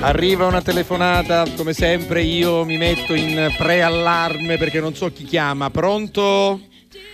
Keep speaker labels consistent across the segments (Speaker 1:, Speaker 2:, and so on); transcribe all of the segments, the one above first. Speaker 1: Arriva una telefonata, come sempre io mi metto in preallarme perché non so chi chiama. Pronto?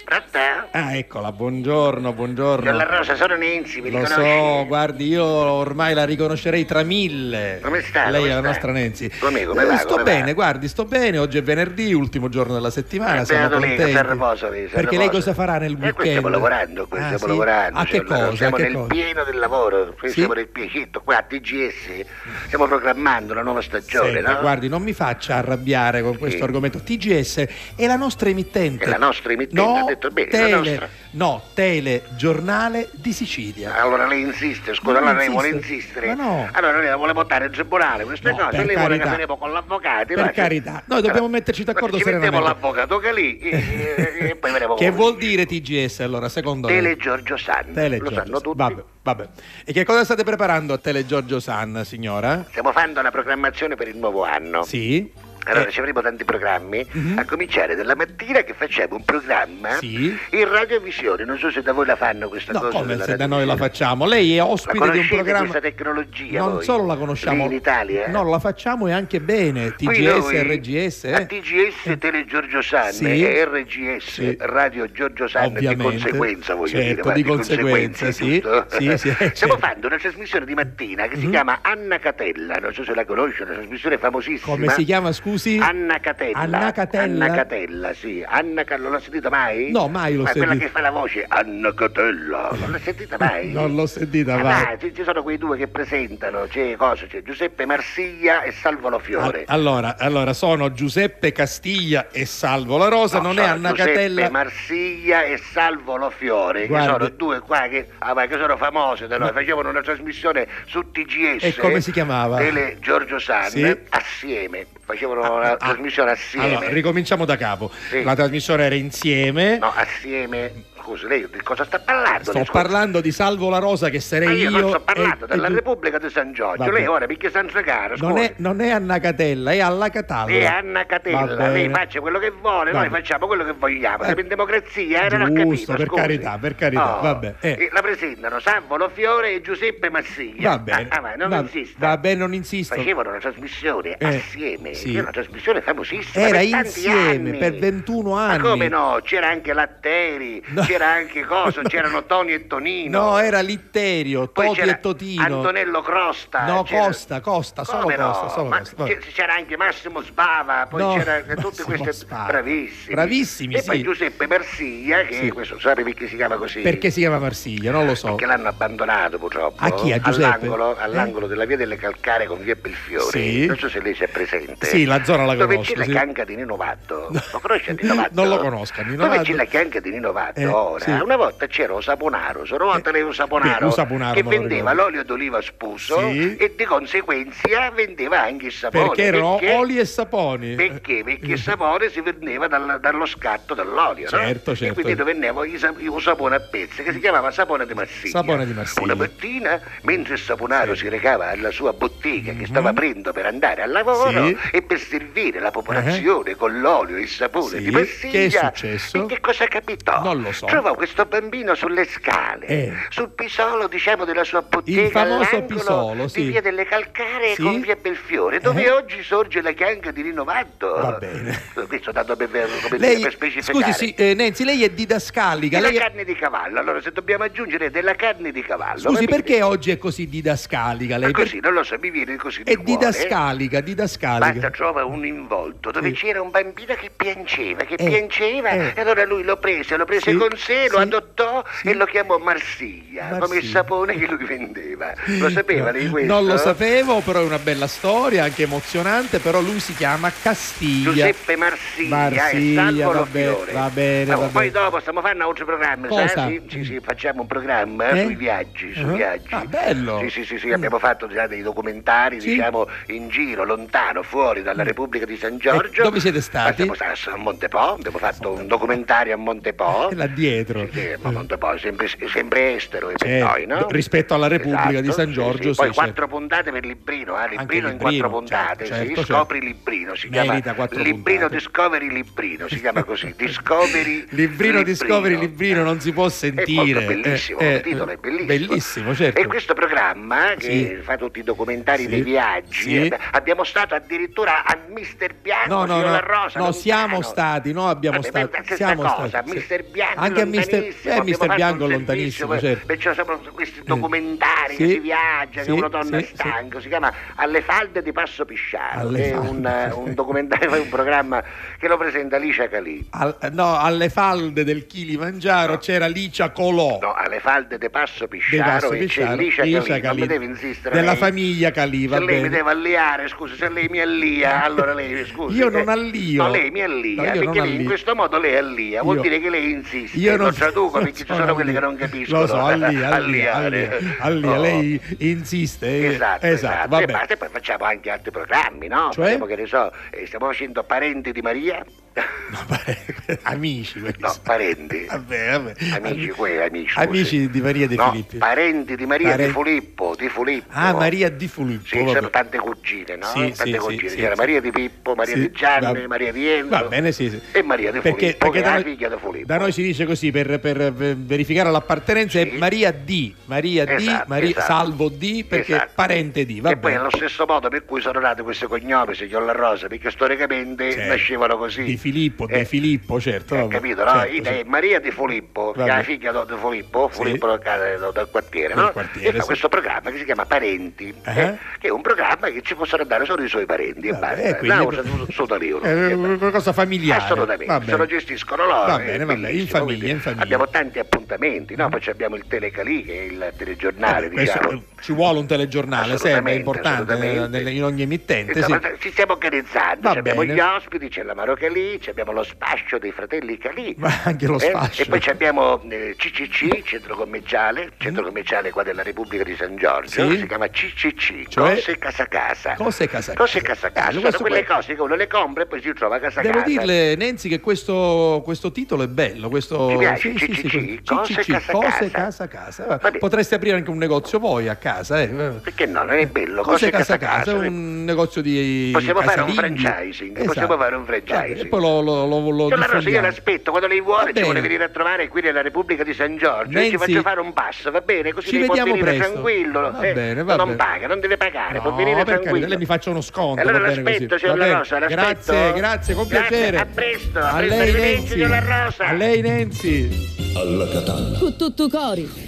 Speaker 2: Pronto?
Speaker 1: Ah, eccola, buongiorno, buongiorno.
Speaker 2: Dalla Rosa, sono Nenzi, mi
Speaker 1: Lo so,
Speaker 2: riconosci?
Speaker 1: guardi, io ormai la riconoscerei tra mille.
Speaker 2: Come sta?
Speaker 1: Lei
Speaker 2: Come
Speaker 1: è la
Speaker 2: sta?
Speaker 1: nostra Nenzi.
Speaker 2: Come- come va,
Speaker 1: sto
Speaker 2: come va?
Speaker 1: bene, guardi, sto bene. Oggi è venerdì, ultimo giorno della settimana.
Speaker 2: Eh,
Speaker 1: siamo
Speaker 2: beato lei,
Speaker 1: contenti.
Speaker 2: sta a riposo lei, sta a
Speaker 1: Perché lei
Speaker 2: riposo.
Speaker 1: cosa farà nel
Speaker 2: Eh, qui
Speaker 1: weekend?
Speaker 2: stiamo lavorando, qui
Speaker 1: Ah,
Speaker 2: stiamo
Speaker 1: sì?
Speaker 2: lavorando.
Speaker 1: A che
Speaker 2: cioè,
Speaker 1: cosa?
Speaker 2: Siamo
Speaker 1: a che
Speaker 2: nel
Speaker 1: cosa?
Speaker 2: pieno del lavoro, qui
Speaker 1: Sì?
Speaker 2: siamo nel piacetto, qua a TGS stiamo programmando una nuova stagione,
Speaker 1: Senta,
Speaker 2: no?
Speaker 1: guardi, non mi faccia arrabbiare con questo
Speaker 2: Sì.
Speaker 1: argomento. TGS è la nostra emittente.
Speaker 2: È la nostra emittente,
Speaker 1: no,
Speaker 2: ha detto bene, la
Speaker 1: tele,
Speaker 2: nostra. Ah,
Speaker 1: No, telegiornale di Sicilia.
Speaker 2: Allora lei insiste, scusa,
Speaker 1: Ma
Speaker 2: allora
Speaker 1: non
Speaker 2: lei vuole
Speaker 1: insisto.
Speaker 2: insistere.
Speaker 1: Ma no.
Speaker 2: Allora lei la vuole portare in tribunale, queste
Speaker 1: No,
Speaker 2: cose,
Speaker 1: per
Speaker 2: lei vuole
Speaker 1: carità.
Speaker 2: che veniamo con l'avvocato.
Speaker 1: Per
Speaker 2: guarda.
Speaker 1: carità. Noi dobbiamo metterci d'accordo
Speaker 2: Ci mettiamo
Speaker 1: serenamente.
Speaker 2: l'avvocato che lì e, e- e poi veniamo
Speaker 1: che vuol dire TGS allora, secondo
Speaker 2: Tele
Speaker 1: lei?
Speaker 2: Giorgio San, lo
Speaker 1: Telegiorgio
Speaker 2: sanno
Speaker 1: San.
Speaker 2: tutti.
Speaker 1: Vabbè, vabbè. E che cosa state preparando a Telegiorgio San, signora?
Speaker 2: Stiamo facendo una programmazione per il nuovo anno.
Speaker 1: Sì.
Speaker 2: Allora
Speaker 1: Eh,
Speaker 2: ci avremo tanti programmi,
Speaker 1: Mhm.
Speaker 2: a cominciare dalla mattina che facciamo un programma
Speaker 1: Sì.
Speaker 2: in radiovisione. Non so se da voi la fanno questa
Speaker 1: No,
Speaker 2: cosa.
Speaker 1: come
Speaker 2: della
Speaker 1: se da noi la
Speaker 2: radiovisione.
Speaker 1: facciamo? Lei è
Speaker 2: La
Speaker 1: ospite di un
Speaker 2: conoscete
Speaker 1: programma.
Speaker 2: questa tecnologia?
Speaker 1: non
Speaker 2: voi?
Speaker 1: solo la conosciamo,
Speaker 2: Lì in Italia. eh?
Speaker 1: no, la facciamo e anche bene.
Speaker 2: Qui
Speaker 1: TGS,
Speaker 2: noi,
Speaker 1: RGS.
Speaker 2: a
Speaker 1: eh.
Speaker 2: TGS Tele Giorgio San eh,
Speaker 1: Sì.
Speaker 2: e RGS
Speaker 1: Sì.
Speaker 2: Radio Giorgio San
Speaker 1: Ovviamente.
Speaker 2: di conseguenza voglio
Speaker 1: Certo,
Speaker 2: dire va,
Speaker 1: di conseguenza,
Speaker 2: giusto?
Speaker 1: sì. Sì, sì, eh,
Speaker 2: stiamo
Speaker 1: certo.
Speaker 2: facendo una trasmissione di mattina che si
Speaker 1: Mhm.
Speaker 2: chiama Anna Catella non so se la conosci una trasmissione famosissima
Speaker 1: Come si chiama, scusi?
Speaker 2: Anna Catella
Speaker 1: Anna Catella?
Speaker 2: Anna Catella, sì Anna Catella non l'ha sentita mai?
Speaker 1: No, mai l'ho
Speaker 2: ma quella
Speaker 1: sentita.
Speaker 2: che fa la voce Anna Catella non l'ha sentita mai?
Speaker 1: non l'ho sentita,
Speaker 2: Ah,
Speaker 1: vai.
Speaker 2: ma ci ci sono quei due che presentano, c'è, cosa, c'è Giuseppe Marsiglia e Salvo Lo Fiore.
Speaker 1: A- Allora, allora, sono Giuseppe Castiglia e Salvo La Rosa,
Speaker 2: No,
Speaker 1: non è
Speaker 2: sono
Speaker 1: Anna
Speaker 2: Giuseppe
Speaker 1: Catella.
Speaker 2: Marsiglia e Salvo Lo Fiore, che
Speaker 1: Guardi.
Speaker 2: sono due qua che, ah, ma che sono famose da noi, facevano una trasmissione su TGS.
Speaker 1: E come si chiamava?
Speaker 2: eh? Tele Giorgio San,
Speaker 1: Sì.
Speaker 2: assieme, facevano
Speaker 1: Ah,
Speaker 2: una
Speaker 1: ah,
Speaker 2: trasmissione assieme.
Speaker 1: Allora, ricominciamo da capo.
Speaker 2: Sì.
Speaker 1: La trasmissione era insieme.
Speaker 2: No, assieme, scusi, lei di cosa sta parlando?
Speaker 1: Sto
Speaker 2: Scusi.
Speaker 1: parlando di Salvo La Rosa che
Speaker 2: Ma
Speaker 1: sarei
Speaker 2: Ah, io, non sto
Speaker 1: e-
Speaker 2: parlando
Speaker 1: e
Speaker 2: della
Speaker 1: tu-
Speaker 2: Repubblica di San Giorgio,
Speaker 1: Vabbè.
Speaker 2: lei ora perché San Segaro,
Speaker 1: Non
Speaker 2: scusi.
Speaker 1: è, non è Anna Catella, è Alla Catalla.
Speaker 2: E Anna
Speaker 1: Va
Speaker 2: Catella,
Speaker 1: bene.
Speaker 2: lei faccia quello che vuole,
Speaker 1: Va
Speaker 2: noi
Speaker 1: bene.
Speaker 2: facciamo quello che vogliamo.
Speaker 1: Eh,
Speaker 2: Siamo in democrazia, era
Speaker 1: giusto,
Speaker 2: capito,
Speaker 1: per
Speaker 2: scusi. Oh,
Speaker 1: carità, per carità, vabbè, eh.
Speaker 2: E La presentano Salvo Fiore e Giuseppe Massiglia.
Speaker 1: Va bene.
Speaker 2: Ah, ah, ma non
Speaker 1: va,
Speaker 2: insista.
Speaker 1: va bene, non insisto.
Speaker 2: Facevano una trasmissione
Speaker 1: Eh,
Speaker 2: assieme,
Speaker 1: sì.
Speaker 2: era una trasmissione famosissima.
Speaker 1: Era
Speaker 2: per tanti
Speaker 1: insieme
Speaker 2: anni.
Speaker 1: per 21 anni.
Speaker 2: Ma come no? C'era anche Latteri,
Speaker 1: No.
Speaker 2: c'era anche Coso, c'erano Toni e Tonino.
Speaker 1: No, era Litterio,
Speaker 2: Poi
Speaker 1: Toti
Speaker 2: c'era
Speaker 1: e Totino.
Speaker 2: Antonello Crosta.
Speaker 1: No,
Speaker 2: c'era-
Speaker 1: Costa, Costa, solo
Speaker 2: Come no?
Speaker 1: Costa, solo
Speaker 2: Ma
Speaker 1: Costa, vabbè.
Speaker 2: c'è- C'era anche Massimo Sbava, poi
Speaker 1: No,
Speaker 2: c'era tutte
Speaker 1: Massimo
Speaker 2: queste
Speaker 1: Sbava.
Speaker 2: bravissimi.
Speaker 1: Bravissimi,
Speaker 2: E
Speaker 1: sì.
Speaker 2: poi Giuseppe Persiglia, che
Speaker 1: Sì.
Speaker 2: questo sapevi che si chiama così?
Speaker 1: Perché si chiama Marsiglia? Non lo so.
Speaker 2: Perché l'hanno abbandonato purtroppo
Speaker 1: A chi? A Giuseppe?
Speaker 2: all'angolo,
Speaker 1: Eh?
Speaker 2: all'angolo della via delle Calcare con via Belfiore.
Speaker 1: Sì.
Speaker 2: Non so se lei si è presente.
Speaker 1: Sì, la zona la
Speaker 2: Dove
Speaker 1: conosco,
Speaker 2: c'è
Speaker 1: sì.
Speaker 2: la canca di Nino Vatto? Lo conosce Nino
Speaker 1: Non
Speaker 2: Vatto?
Speaker 1: lo conosco, Nino
Speaker 2: Dove
Speaker 1: Vatto.
Speaker 2: c'è la canca di Nino Vatto
Speaker 1: Eh,
Speaker 2: ora?
Speaker 1: sì.
Speaker 2: Una volta c'era Osaponaro, sono volta
Speaker 1: Eh,
Speaker 2: lei
Speaker 1: sì,
Speaker 2: Osaponaro,
Speaker 1: Osaponaro,
Speaker 2: che
Speaker 1: me lo
Speaker 2: vendeva
Speaker 1: ricordo.
Speaker 2: l'olio d'oliva spuso
Speaker 1: Sì.
Speaker 2: e di conseguenza vendeva anche il sapone.
Speaker 1: Perché erano oli e saponi.
Speaker 2: Perché?
Speaker 1: eh,
Speaker 2: Perché il sapone si vendeva dal- dallo scatto dell'olio, no?
Speaker 1: Certo, certo.
Speaker 2: E quindi dove vendeva i sa- un sapone a pezzi che si chiamava sapone di Marsiglia.
Speaker 1: Sapone di Marsiglia.
Speaker 2: Una mattina, mentre il saponaro si recava alla sua bottega che stava aprendo per andare al lavoro
Speaker 1: Mhm. Sì. Eh?
Speaker 2: e per servire la popolazione con l'olio e il sapone
Speaker 1: Sì.
Speaker 2: di Marsiglia.
Speaker 1: Che è successo?
Speaker 2: E che cosa capitò?
Speaker 1: Non lo so.
Speaker 2: Trovò questo bambino sulle scale,
Speaker 1: Eh.
Speaker 2: sul pisolo, diciamo, della sua bottega.
Speaker 1: Il famoso
Speaker 2: all'angolo
Speaker 1: pisolo, sì.
Speaker 2: Di via delle Calcare
Speaker 1: Sì.
Speaker 2: con via Belfiore, dove
Speaker 1: Eh.
Speaker 2: oggi sorge la chianca di Rinnovato.
Speaker 1: Va bene.
Speaker 2: Questo tanto per, per- come dire,
Speaker 1: Eh, Lei,
Speaker 2: per
Speaker 1: scusi,
Speaker 2: specificare.
Speaker 1: sì, eh, Nancy, lei è didascalica.
Speaker 2: Della
Speaker 1: Lei è-
Speaker 2: carne di cavallo, allora se dobbiamo aggiungere della carne di cavallo.
Speaker 1: Scusi,
Speaker 2: capite?
Speaker 1: perché oggi è così didascalica?
Speaker 2: Ma
Speaker 1: Lei
Speaker 2: così, non lo so, mi viene così di
Speaker 1: è
Speaker 2: cuore.
Speaker 1: didascalica,
Speaker 2: Basta
Speaker 1: didascalica.
Speaker 2: trova un involto dove
Speaker 1: Sì.
Speaker 2: c'era un bambino che piangeva, che
Speaker 1: Eh,
Speaker 2: piangeva,
Speaker 1: eh.
Speaker 2: e allora lui lo prese, lo prese
Speaker 1: Sì,
Speaker 2: con sé, lo
Speaker 1: sì,
Speaker 2: adottò
Speaker 1: sì.
Speaker 2: e lo chiamò Marsiglia, come il
Speaker 1: Marsiglia.
Speaker 2: sapone che lui vendeva. Lo sapeva lei questo?
Speaker 1: Non lo sapevo, però è una bella storia, anche emozionante, però lui si chiama Castiglia.
Speaker 2: Giuseppe Marsiglia,
Speaker 1: Marsiglia,
Speaker 2: e Salvo
Speaker 1: va
Speaker 2: Lo
Speaker 1: bene,
Speaker 2: Fiore.
Speaker 1: va bene,
Speaker 2: Oh,
Speaker 1: va
Speaker 2: poi
Speaker 1: bene.
Speaker 2: dopo stiamo facendo un altro programma,
Speaker 1: Cosa?
Speaker 2: sai? Sì, sì, sì, facciamo un programma
Speaker 1: Eh?
Speaker 2: sui viaggi, sui
Speaker 1: Ah,
Speaker 2: viaggi.
Speaker 1: ah, bello.
Speaker 2: Sì, sì, sì, sì,
Speaker 1: Mm.
Speaker 2: abbiamo fatto già dei documentari,
Speaker 1: Sì. Mm.
Speaker 2: diciamo, in giro, lontano, fuori dalla Repubblica di San Giorgio.
Speaker 1: Eh, dove siete stati?
Speaker 2: Ma siamo stati a Montepò, abbiamo fatto un documentario a Montepò.
Speaker 1: Eh, là dietro, dietro.
Speaker 2: Sì, ma non te puoi, sempre, sempre estero e per
Speaker 1: Certo,
Speaker 2: noi, no? Esatto,
Speaker 1: rispetto alla Repubblica di San Giorgio,
Speaker 2: Poi
Speaker 1: sì,
Speaker 2: quattro
Speaker 1: certo.
Speaker 2: puntate per Librino, ah, Librino
Speaker 1: Librino,
Speaker 2: in quattro puntate,
Speaker 1: certo,
Speaker 2: sì,
Speaker 1: certo,
Speaker 2: scopri
Speaker 1: certo.
Speaker 2: Librino, si
Speaker 1: Merita
Speaker 2: chiama
Speaker 1: quattro
Speaker 2: Librino
Speaker 1: puntate.
Speaker 2: Discovery Librino, si chiama così, Discovery
Speaker 1: Librino, Discovery, Librino, non si può
Speaker 2: È
Speaker 1: sentire.
Speaker 2: molto bellissimo,
Speaker 1: Eh, eh,
Speaker 2: il titolo è bellissimo.
Speaker 1: bellissimo, certo.
Speaker 2: E questo programma che
Speaker 1: Sì.
Speaker 2: fa tutti i documentari
Speaker 1: Sì.
Speaker 2: dei viaggi,
Speaker 1: Sì.
Speaker 2: eh, abbiamo stato addirittura a Mister Bianco,
Speaker 1: No, no,
Speaker 2: signor Ah, La
Speaker 1: no,
Speaker 2: Rosa,
Speaker 1: no,
Speaker 2: lontano.
Speaker 1: siamo stati, no, abbiamo
Speaker 2: Vabbè,
Speaker 1: stato-
Speaker 2: stessa
Speaker 1: siamo
Speaker 2: cosa,
Speaker 1: stati, sì.
Speaker 2: Mister Bianco
Speaker 1: Anche a Mister-
Speaker 2: lontanissimo,
Speaker 1: eh,
Speaker 2: abbiamo
Speaker 1: Mister
Speaker 2: fatto
Speaker 1: Bianco
Speaker 2: un
Speaker 1: lontanissimo,
Speaker 2: servizio,
Speaker 1: certo.
Speaker 2: perché ci sono questi
Speaker 1: Eh.
Speaker 2: documentari che
Speaker 1: Sì,
Speaker 2: si viaggia,
Speaker 1: sì,
Speaker 2: che uno torna
Speaker 1: sì, sì.
Speaker 2: stanco, si chiama Alle falde di Passo Pisciano,
Speaker 1: Alle
Speaker 2: che è
Speaker 1: falde.
Speaker 2: un, eh, un documentario, un programma che lo presenta Alicia Calì.
Speaker 1: Al- eh, no, alle falde del Kilimangiaro
Speaker 2: No.
Speaker 1: c'era Licia Colò.
Speaker 2: No, alle falde di Passo
Speaker 1: dei
Speaker 2: Pisciano
Speaker 1: Passo
Speaker 2: e c'è
Speaker 1: Pisciano,
Speaker 2: Alicia
Speaker 1: Licia
Speaker 2: Calì, non
Speaker 1: Calì,
Speaker 2: mi deve insistere
Speaker 1: della
Speaker 2: lei.
Speaker 1: famiglia Calì, va
Speaker 2: se lei mi
Speaker 1: bene. Eh.
Speaker 2: deve alliare, scusi, se lei mi allia, allora lei, scusi.
Speaker 1: Io non
Speaker 2: eh,
Speaker 1: allio.
Speaker 2: No, lei mi
Speaker 1: No, io
Speaker 2: allia,
Speaker 1: non
Speaker 2: perché lei
Speaker 1: allio.
Speaker 2: in questo modo lei allia, vuol
Speaker 1: Io-
Speaker 2: dire che lei insiste.
Speaker 1: Io non
Speaker 2: lo traduco
Speaker 1: non
Speaker 2: perché ci
Speaker 1: sono
Speaker 2: sono quelli
Speaker 1: allia.
Speaker 2: che non capiscono.
Speaker 1: Lo so, allia, allia,
Speaker 2: Alliare.
Speaker 1: allia, allia,
Speaker 2: Oh.
Speaker 1: lei insiste. eh.
Speaker 2: Esatto, esatto.
Speaker 1: vabbè.
Speaker 2: E basta, poi facciamo anche altri programmi, no?
Speaker 1: Cioè?
Speaker 2: Facciamo, che ne so, eh, stiamo facendo Parenti di Maria?
Speaker 1: No, pare- amici quelli
Speaker 2: No,
Speaker 1: sono.
Speaker 2: Parenti.
Speaker 1: Vabbè, vabbè.
Speaker 2: Amici, quei amici. scusi.
Speaker 1: Ah, Amici di Maria De
Speaker 2: No,
Speaker 1: Filippi.
Speaker 2: Parenti di Maria
Speaker 1: Pare-
Speaker 2: di Filippo, di Filippo.
Speaker 1: Ah, Maria Di Filippo.
Speaker 2: Sì,
Speaker 1: vabbè.
Speaker 2: c'erano tante cugine, no?
Speaker 1: Sì,
Speaker 2: tante
Speaker 1: sì,
Speaker 2: cugine.
Speaker 1: sì,
Speaker 2: C'era
Speaker 1: sì.
Speaker 2: Maria di Pippo, Maria
Speaker 1: Sì,
Speaker 2: di Gianni,
Speaker 1: va-
Speaker 2: Maria di Enzo.
Speaker 1: Va bene, sì, sì.
Speaker 2: E Maria di
Speaker 1: perché,
Speaker 2: Filippo,
Speaker 1: perché
Speaker 2: che è
Speaker 1: da,
Speaker 2: la figlia di Filippo.
Speaker 1: da noi si dice così per, per verificare l'appartenenza è
Speaker 2: Sì.
Speaker 1: Maria D, Maria D,
Speaker 2: Esatto,
Speaker 1: Maria-
Speaker 2: esatto.
Speaker 1: Salvo D perché
Speaker 2: Esatto.
Speaker 1: parente D, va
Speaker 2: e poi
Speaker 1: bene.
Speaker 2: allo stesso modo per cui sono nati questi cognomi, signor La Rosa, perché storicamente
Speaker 1: Certo.
Speaker 2: nascevano così.
Speaker 1: Di Filippo,
Speaker 2: Eh,
Speaker 1: De Filippo, certo.
Speaker 2: eh,
Speaker 1: vabbè.
Speaker 2: capito, no?
Speaker 1: Certo,
Speaker 2: Ida-
Speaker 1: certo.
Speaker 2: Maria di Filippo, che è
Speaker 1: Vabbè.
Speaker 2: la figlia do- di Filippo,
Speaker 1: Sì.
Speaker 2: Filippo del ca- eh, del, del quartiere,
Speaker 1: Del
Speaker 2: no?
Speaker 1: quartiere,
Speaker 2: e fa
Speaker 1: sì.
Speaker 2: questo programma che si chiama Parenti,
Speaker 1: Eh?
Speaker 2: eh, che è un programma che ci possono dare solo i suoi parenti
Speaker 1: Vabbè,
Speaker 2: e
Speaker 1: eh,
Speaker 2: basta.
Speaker 1: quindi-
Speaker 2: No, sono- sono da lì, uno.
Speaker 1: È
Speaker 2: Eh,
Speaker 1: una cosa familiare.
Speaker 2: Assolutamente,
Speaker 1: Va
Speaker 2: se lo
Speaker 1: bene.
Speaker 2: gestiscono loro.
Speaker 1: Va
Speaker 2: è
Speaker 1: bene, va bene, in
Speaker 2: bellissimo,
Speaker 1: famiglia,
Speaker 2: quindi
Speaker 1: in famiglia.
Speaker 2: Abbiamo tanti appuntamenti, no? Poi abbiamo il Telecalì, che è il telegiornale,
Speaker 1: Vabbè, questo,
Speaker 2: diciamo.
Speaker 1: eh, ci vuole un telegiornale, sempre è
Speaker 2: Assolutamente,
Speaker 1: importante
Speaker 2: assolutamente.
Speaker 1: nella- nelle- in ogni emittente.
Speaker 2: Insomma,
Speaker 1: sì.
Speaker 2: Ci stiamo organizzando,
Speaker 1: Va
Speaker 2: ci abbiamo
Speaker 1: bene.
Speaker 2: gli ospiti, c'è la Maro Calì, ci abbiamo lo spascio dei fratelli Calì.
Speaker 1: Ma anche lo
Speaker 2: Eh?
Speaker 1: sfascio.
Speaker 2: E poi ci abbiamo eh, CCC, centro commerciale, centro commerciale qua della Repubblica di San Giorgio,
Speaker 1: Mm. Sì.
Speaker 2: si chiama CCC,
Speaker 1: Cioè?
Speaker 2: cose casa casa.
Speaker 1: Cose casa casa. Eh,
Speaker 2: Cose casa
Speaker 1: Bello,
Speaker 2: casa, sono
Speaker 1: questo
Speaker 2: quelle
Speaker 1: qua-
Speaker 2: cose che uno le compra e poi si trova a casa
Speaker 1: Devo
Speaker 2: casa.
Speaker 1: dirle, Nenzi, che questo, questo titolo è bello. Questo,
Speaker 2: Ci piace?
Speaker 1: Sì, sì, sì,
Speaker 2: CCC,
Speaker 1: sì,
Speaker 2: cose
Speaker 1: CCC,
Speaker 2: casa
Speaker 1: cose
Speaker 2: casa.
Speaker 1: casa casa.
Speaker 2: Vabbè.
Speaker 1: Potreste aprire anche un negozio voi a casa. Eh.
Speaker 2: Perché no, non è bello,
Speaker 1: Cose
Speaker 2: cose
Speaker 1: casa
Speaker 2: casa
Speaker 1: casa,
Speaker 2: casa,
Speaker 1: un negozio di
Speaker 2: Possiamo fare un
Speaker 1: casalinghi.
Speaker 2: franchising,
Speaker 1: Esatto.
Speaker 2: possiamo fare un
Speaker 1: Vabbè, E
Speaker 2: franchising.
Speaker 1: poi lo, lo, lo, lo
Speaker 2: Signor La Rosa, io
Speaker 1: diffondiamo.
Speaker 2: l'aspetto, quando lei
Speaker 1: Va
Speaker 2: vuole ci
Speaker 1: bene.
Speaker 2: vuole venire a trovare qui nella Repubblica di San Giorgio, io ci
Speaker 1: Renzi,
Speaker 2: faccio fare un passo, va bene? Così
Speaker 1: ci
Speaker 2: lei può
Speaker 1: vediamo
Speaker 2: venire
Speaker 1: presto.
Speaker 2: tranquillo,
Speaker 1: Va
Speaker 2: eh,
Speaker 1: bene, va
Speaker 2: non
Speaker 1: bene.
Speaker 2: paga, non deve pagare, può
Speaker 1: No,
Speaker 2: venire
Speaker 1: per carità,
Speaker 2: tranquillo.
Speaker 1: lei mi faccia uno sconto.
Speaker 2: Allora
Speaker 1: va bene così.
Speaker 2: l'aspetto,
Speaker 1: Va
Speaker 2: signor La
Speaker 1: bene.
Speaker 2: Rosa, l'aspetto.
Speaker 1: Grazie, grazie, con
Speaker 2: Grazie,
Speaker 1: piacere.
Speaker 2: a presto, a
Speaker 1: a
Speaker 2: presto,
Speaker 1: lei
Speaker 2: arrivederci,
Speaker 1: Nenzi.
Speaker 2: signor La Rosa.
Speaker 1: A lei Nenzi.
Speaker 3: alla katana.
Speaker 4: Cu tutto cori.